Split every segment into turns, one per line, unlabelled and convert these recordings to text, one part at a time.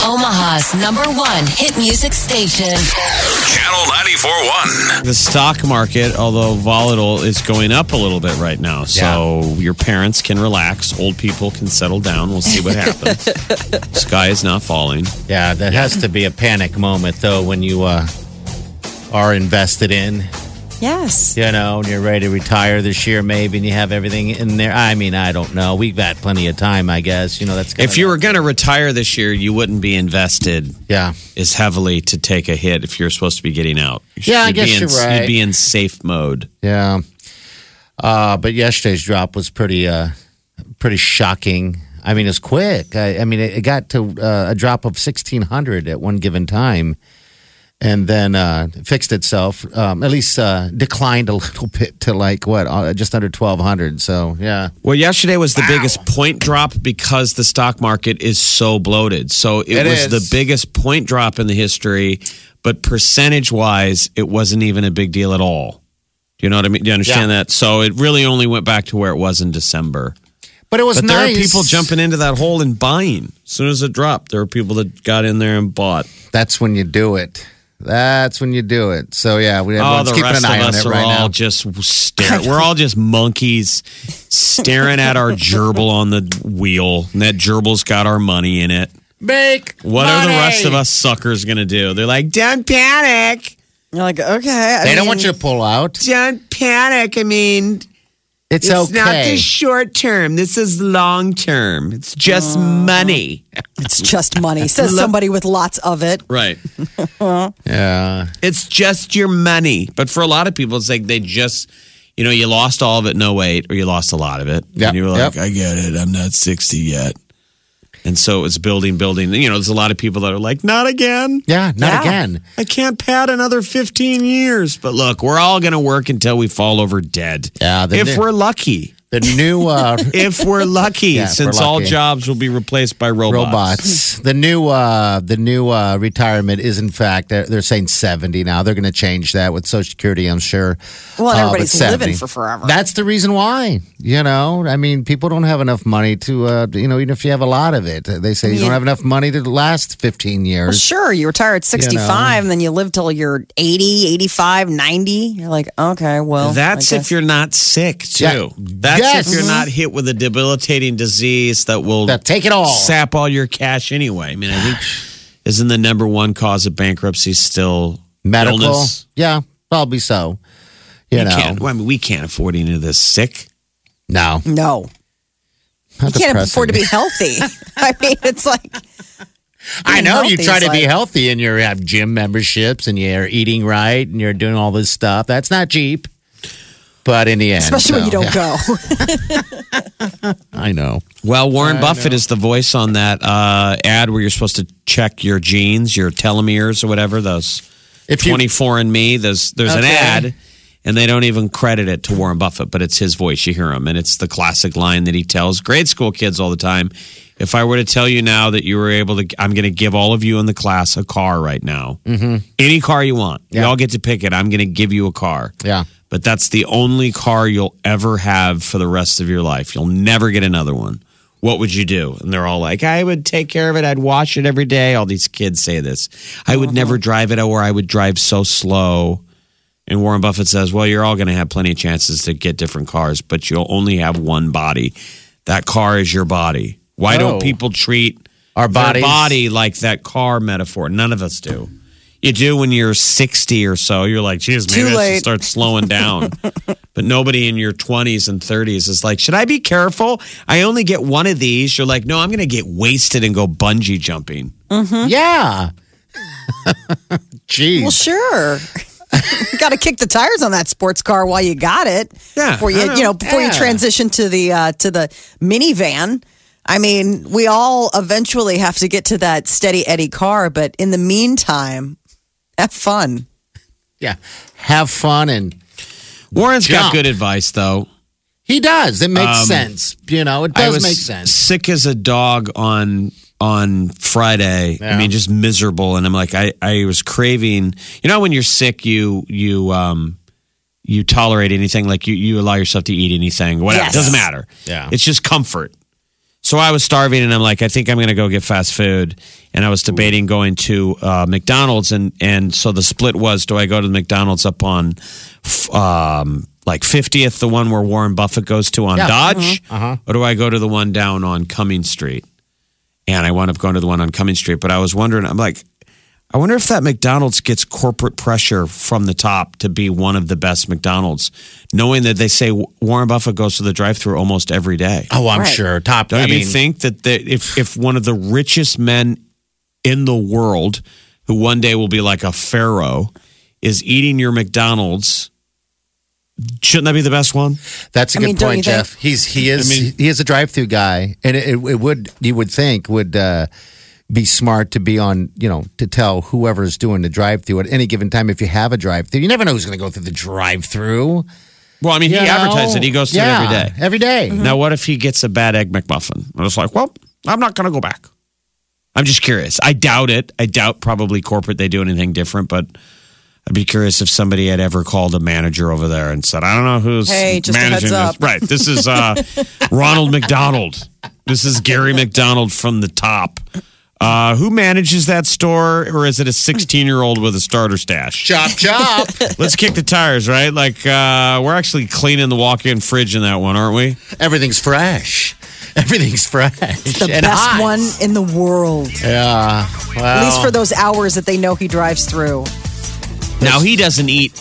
Omaha's number one hit music station.
Channel 941.
The stock market, although volatile, is going up a little bit right now. So your parents can relax, old people can settle down. We'll see what happens. Sky is not falling.
Yeah, that has to be a panic moment though when you uh, are invested in,
Yes.
you know, and you're ready to retire this year maybe, and you have everything in there. I mean, I don't know. We've got plenty of time, I guess. You know, that's
If you were going to retire this year, you wouldn't be invested
yeah,
as heavily to take a hit if you're supposed to be getting out. You
Yeah, I
should be
guess
in-
you're right.
You'd be in safe mode.
yeah. Uh, but yesterday's drop was pretty, uh, pretty shocking. I mean, it's quick. I, I mean, it, it got to uh, a drop of sixteen hundred at one given time, and then uh, fixed itself. Um, at least uh, declined a little bit to like what, uh, just under twelve hundred. So yeah.
Well, yesterday was the biggest point drop because the stock market is so bloated. So it,
It
was
is.
the biggest point drop in the history, but percentage wise, it wasn't even a big deal at all. Do you know what I mean? Do you understand that? So it really only went back to where it was in December.
But it was
But there
nice.
are people jumping into that hole and buying. As soon as it dropped, there were people that got in there and bought.
That's when you do it. That's when you do it. So yeah, we
Oh,
everyone's
the
keeping
rest
an eye
of
on
us
it
are
right
all
now.
just staring. We're all just monkeys staring at our gerbil on the wheel. And that gerbil's got our money in it.
Make
What are the rest of us suckers going to do? They're like, don't panic.
You're like, okay. I
They don't
mean,
want you to pull out.
Don't panic. I mean,
It's,
it's not
okay.
the short term. This is long term. It's just money.
It's just money, says somebody with lots of it.
Right.
yeah.
It's just your money. But for a lot of people, it's like they just, you know, you lost all of it, no wait, or you lost a lot of it.
Yep,
And you were like,
yep.
I get it. I'm not 60 yet. And so it's building, building. You know, there's a lot of people that are like, not again.
Yeah, not
Yeah.
again.
I can't pad another 15 years. But look, we're all going to work until we fall over dead.
Yeah, the
If
new-
we're lucky.
The new uh,
If we're lucky,
Yeah, if
since
we're
all
lucky.
jobs will be replaced by robots.
robots. The new uh, the new uh, retirement is in fact they're, they're saying 70 now. They're going to change that with social security, I'm sure.
Well,
Uh, but
everybody's living
70.
for forever.
That's the reason why. You know, I mean, people don't have enough money to uh, you know, even if you have a lot of it. They say you don't have enough money to last 15 years.
well, sure, you retire at 65 and then you live till you're 80, 85, 90. You're like, okay, well.
That's
I
if
guess.
you're not sick too.
Yeah.
That's
Yes.
if you're not hit with a debilitating disease that will
That take it all.
sap all your cash anyway. I mean, I think isn't the number one cause of bankruptcy still
medical.
illness?
Yeah, probably so. You
We
know,
can't. well, I mean, we can't afford any of this sick.
no,
No.
How
You can't
depressing.
afford to be healthy. I mean, it's like.
I know you
healthy
try
is
to be
like-
healthy, and you have gym memberships, and you're eating right, and you're doing all this stuff. That's not cheap. But in the end,
Especially when you
so,
don't
yeah,
go.
I know.
Well, Warren Buffett is the voice on that uh, ad where you're supposed to check your genes, your telomeres, or whatever those.
If you-
24 and Me. There's there's an
Okay.
ad, and they don't even credit it to Warren Buffett, but it's his voice. You hear him, and it's the classic line that he tells grade school kids all the time. If I were to tell you now that you were able to, I'm going to give all of you in the class a car right now. Mm-hmm. Any car you want. You all get to pick it. I'm going to give you a car.
Yeah.
But that's the only car you'll ever have for the rest of your life. You'll never get another one. What would you do? And they're all like, I would take care of it. I'd wash it every day. All these kids say this. I would never
Uh-huh.
drive it, or I would drive so slow. And Warren Buffett says, Well, you're all going to have plenty of chances to get different cars, but you'll only have one body. That car is your body. Why
Oh.
don't people treat
Our
their
bodies.
body like that car metaphor? None of us do. You do when you're 60 or so. You're like, geez, maybe
Too
I
late.
should start slowing down. but nobody in your 20s and 30s is like, should I be careful? I only get one of these. You're like, no, I'm going to get wasted and go bungee jumping.
Yeah. Jeez.
Well, sure. you got to kick the tires on that sports car while you got it.
Yeah,
Before you,
I know.
you know, before you
Yeah.
transition to the uh, to the minivan. I mean, we all eventually have to get to that steady Eddie car, but in the meantime, have fun.
Yeah. Have fun and
Warren's got
Jump.
good advice though.
he does. It makes sense. You know, it
I
does
was
make sense.
sick as a dog on on Friday. I
Yeah.
mean, just miserable. And I'm like, I, I was craving. You know, when you're sick, you you um you tolerate anything. Like you you allow yourself to eat anything. Whatever
Yes.
it doesn't matter.
Yeah.
it's just comfort. So I was starving, and I'm like, I think I'm going to go get fast food. And I was debating going to uh, McDonald's, and and so the split was: do I go to the McDonald's up on, f- um, like 50th, the one where Warren Buffett goes to on
Yeah. Mm-hmm. Uh-huh.
Dodge, or do I go to the one down on Cummings Street? And I wound up going to the one on Cummings Street. But I was wondering, I'm like, I wonder if that McDonald's gets corporate pressure from the top to be one of the best McDonald's, knowing that they say Warren Buffett goes to the drive-through almost every day.
Oh, I'm
Right.
sure. Top.
Don't
I
you
mean,
think that the, if if one of the richest men in the world, who one day will be like a pharaoh, is eating your McDonald's, shouldn't that be the best one?
That's a
I
good
mean, don't you
point, Jeff. He's he is he is a drive-through guy, and it, it would you would think would uh, be smart to be on you know to tell whoever's doing the drive-through at any given time if you have a drive-through. You never know who's going to go through the drive-through.
Well, I mean, he advertised it. He goes to
yeah,
it every day.
Every day.
Mm-hmm.
Mm-hmm.
Now, what if he gets a bad egg McMuffin? I was like, well, I'm not going to go back. I'm just curious. I doubt it. I doubt probably corporate they do anything different, but I'd be curious if somebody had ever called a manager over there and said, I don't know who's
Hey, just a heads
managing
up.
this. Right. This is uh, Ronald McDonald. This is Gary McDonald from the top. Uh, who manages that store, or is it a 16 year old with a starter stash?
Chop chop.
Let's kick the tires, right? Like, uh, we're actually cleaning the walk in fridge in that one, aren't we?
Everything's fresh. Everything's fresh.
The
and
best
hot.
one in the world,
Yeah. Well,
at least for those hours that they know he drives through.
Now he doesn't eat,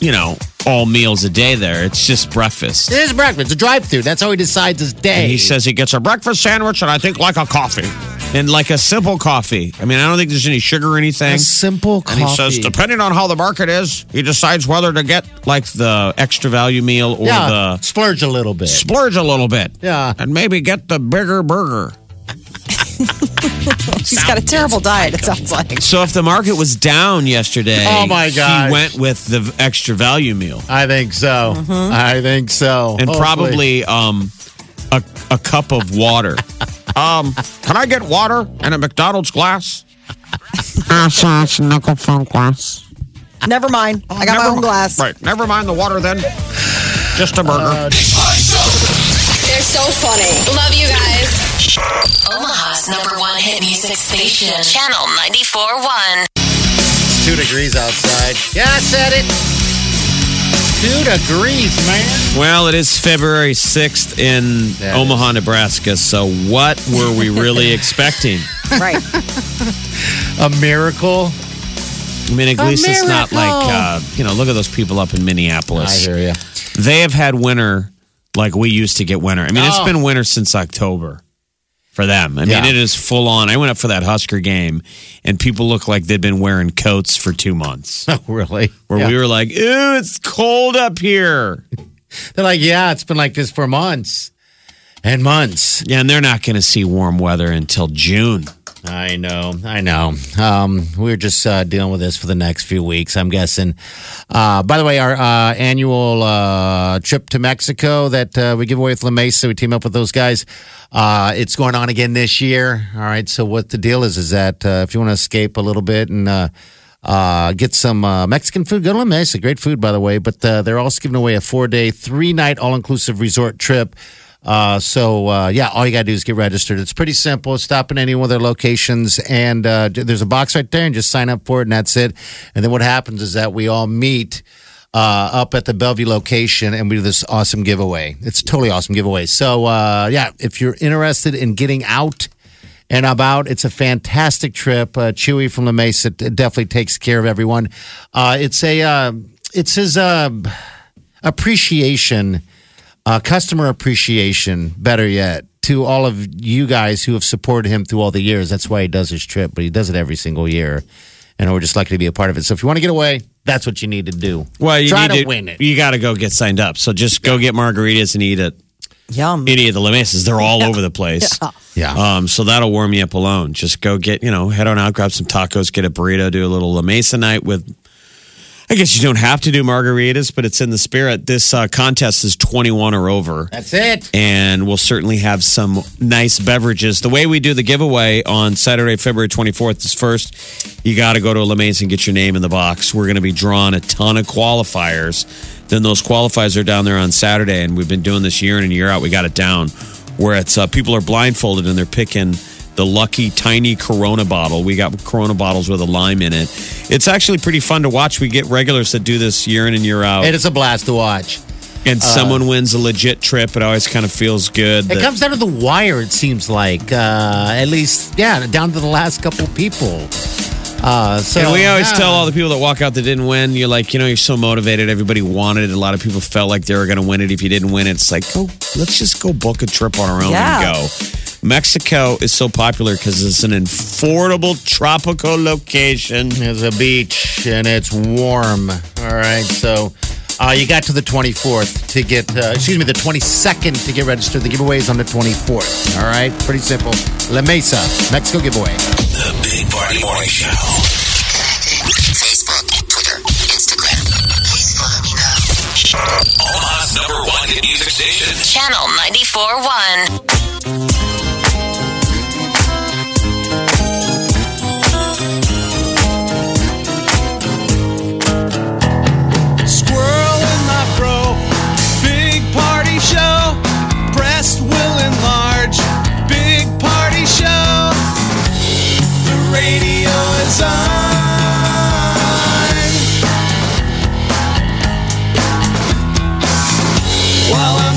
you know, all meals a day there. It's just breakfast.
it is breakfast. A drive-through. That's how he decides his day.
And he says he gets a breakfast sandwich and I think like a coffee. And like a simple coffee. I mean, I don't think there's any sugar or anything.
a simple
and
coffee.
he says, depending on how the market is, he decides whether to get like the extra value meal or
yeah,
the
splurge a little bit.
splurge a little bit.
Yeah.
And maybe get the bigger burger.
He's got a terrible diet, it sounds like.
So if the market was down yesterday,
Oh, my
he
gosh.
went with the extra value meal.
I think so. I think so.
Mm-hmm. and probably
Hopefully.
um, a, a cup of water. um, can I get water and a McDonald's glass?
Never mind. I got my
Oh, Never
own
mi-
glass.
Right. Never mind the water then. Just a burger.
Uh,
They're so funny. Love you guys.
Omaha's number one hit music station. Channel 94.1.
it's two degrees outside. Yeah, I said it. Two degrees, man.
well, it is February 6th in
That
Omaha, Nebraska. So what were we really expecting?
right.
A miracle.
I mean, at
A
least it's not like,
miracle.
uh, you know, look at those people up in Minneapolis.
you.
They have had winter like we used to get winter. I mean, it's
Oh.
been winter since October for them. I
Yeah.
mean, it is full on. I went up for that Husker game, and people look like they've been wearing coats for two months.
Oh, really?
Where
yeah.
we were like, "Ooh, it's cold up here."
They're like, yeah, it's been like this for months and months.
Yeah, and they're not going to see warm weather until June.
I know, I know. Um, we're just uh, dealing with this for the next few weeks, I'm guessing. Uh, by the way, our uh, annual uh, trip to Mexico that uh, we give away with La Mesa, we team up with those guys. Uh, it's going on again this year. All right. So what the deal is is that uh, if you want to escape a little bit and uh, uh, get some uh, Mexican food, go to La Mesa. Great food, by the way. But uh, they're also giving away a four day, three night all inclusive resort trip. Uh, so uh, yeah, all you gotta do is get registered. It's pretty simple. Stop in any one of their locations, and uh, there's a box right there, and just sign up for it, and that's it. And then what happens is that we all meet uh, up at the Bellevue location, and we do this awesome giveaway. It's a totally awesome giveaway. So uh, yeah, if you're interested in getting out and about. It's a fantastic trip. Uh, Chewy from La Mesa d- definitely takes care of everyone. Uh, it's a uh, it's his uh, appreciation, uh, customer appreciation, better yet, to all of you guys who have supported him through all the years. That's why he does his trip, but he does it every single year, and we're just lucky to be a part of it. So if you want to get away, that's what you need to do.
Well, you
try
need
to win it.
You got to go get signed up. So just go get margaritas and eat it.
Yum.
any of the LeMaces. They're all over the place.
Yeah.
Um, so that'll warm you up alone. Just go get, you know, head on out, grab some tacos, get a burrito, do a little La Mesa night with. I guess you don't have to do margaritas, but it's in the spirit. This uh, contest is 21 or over,
That's it.
and we'll certainly have some nice beverages. The way we do the giveaway on Saturday, February 24th is first, you got to go to La Mesa and get your name in the box. We're going to be drawing a ton of qualifiers. Then those qualifiers are down there on Saturday, and we've been doing this year in and year out. We got it down where it's uh, people are blindfolded and they're picking the lucky tiny Corona bottle. We got Corona bottles with a lime in it. It's actually pretty fun to watch. We get regulars that do this year in and year out,
It is a blast to watch.
and someone wins a legit trip. It always kind of feels good.
It
that-
comes down to the wire, it seems like. Uh, at least, yeah, down to the last couple people. Uh, so
and we always
yeah.
tell all the people that walk out that didn't win, you're like, you know, you're so motivated. Everybody wanted it. A lot of people felt like they were going to win it. If you didn't win it, it's like, go, let's just go book a trip on our own
Yeah.
and go. Mexico is so popular because it's an affordable tropical location.
It's a beach and it's warm. All right, so uh, you got to the 24th to get, uh, excuse me, the 22nd to get registered. The giveaway is on the 24th. All right, pretty simple. La Mesa, Mexico giveaway.
The Big Party Morning Show.
Facebook, Twitter, Instagram. Please follow me now.
Omaha's number one hit music station.
Channel 94.1.
Squirrel in my bro. Big party show. Breast will enlarge. Big party show. The radio is on. While I'm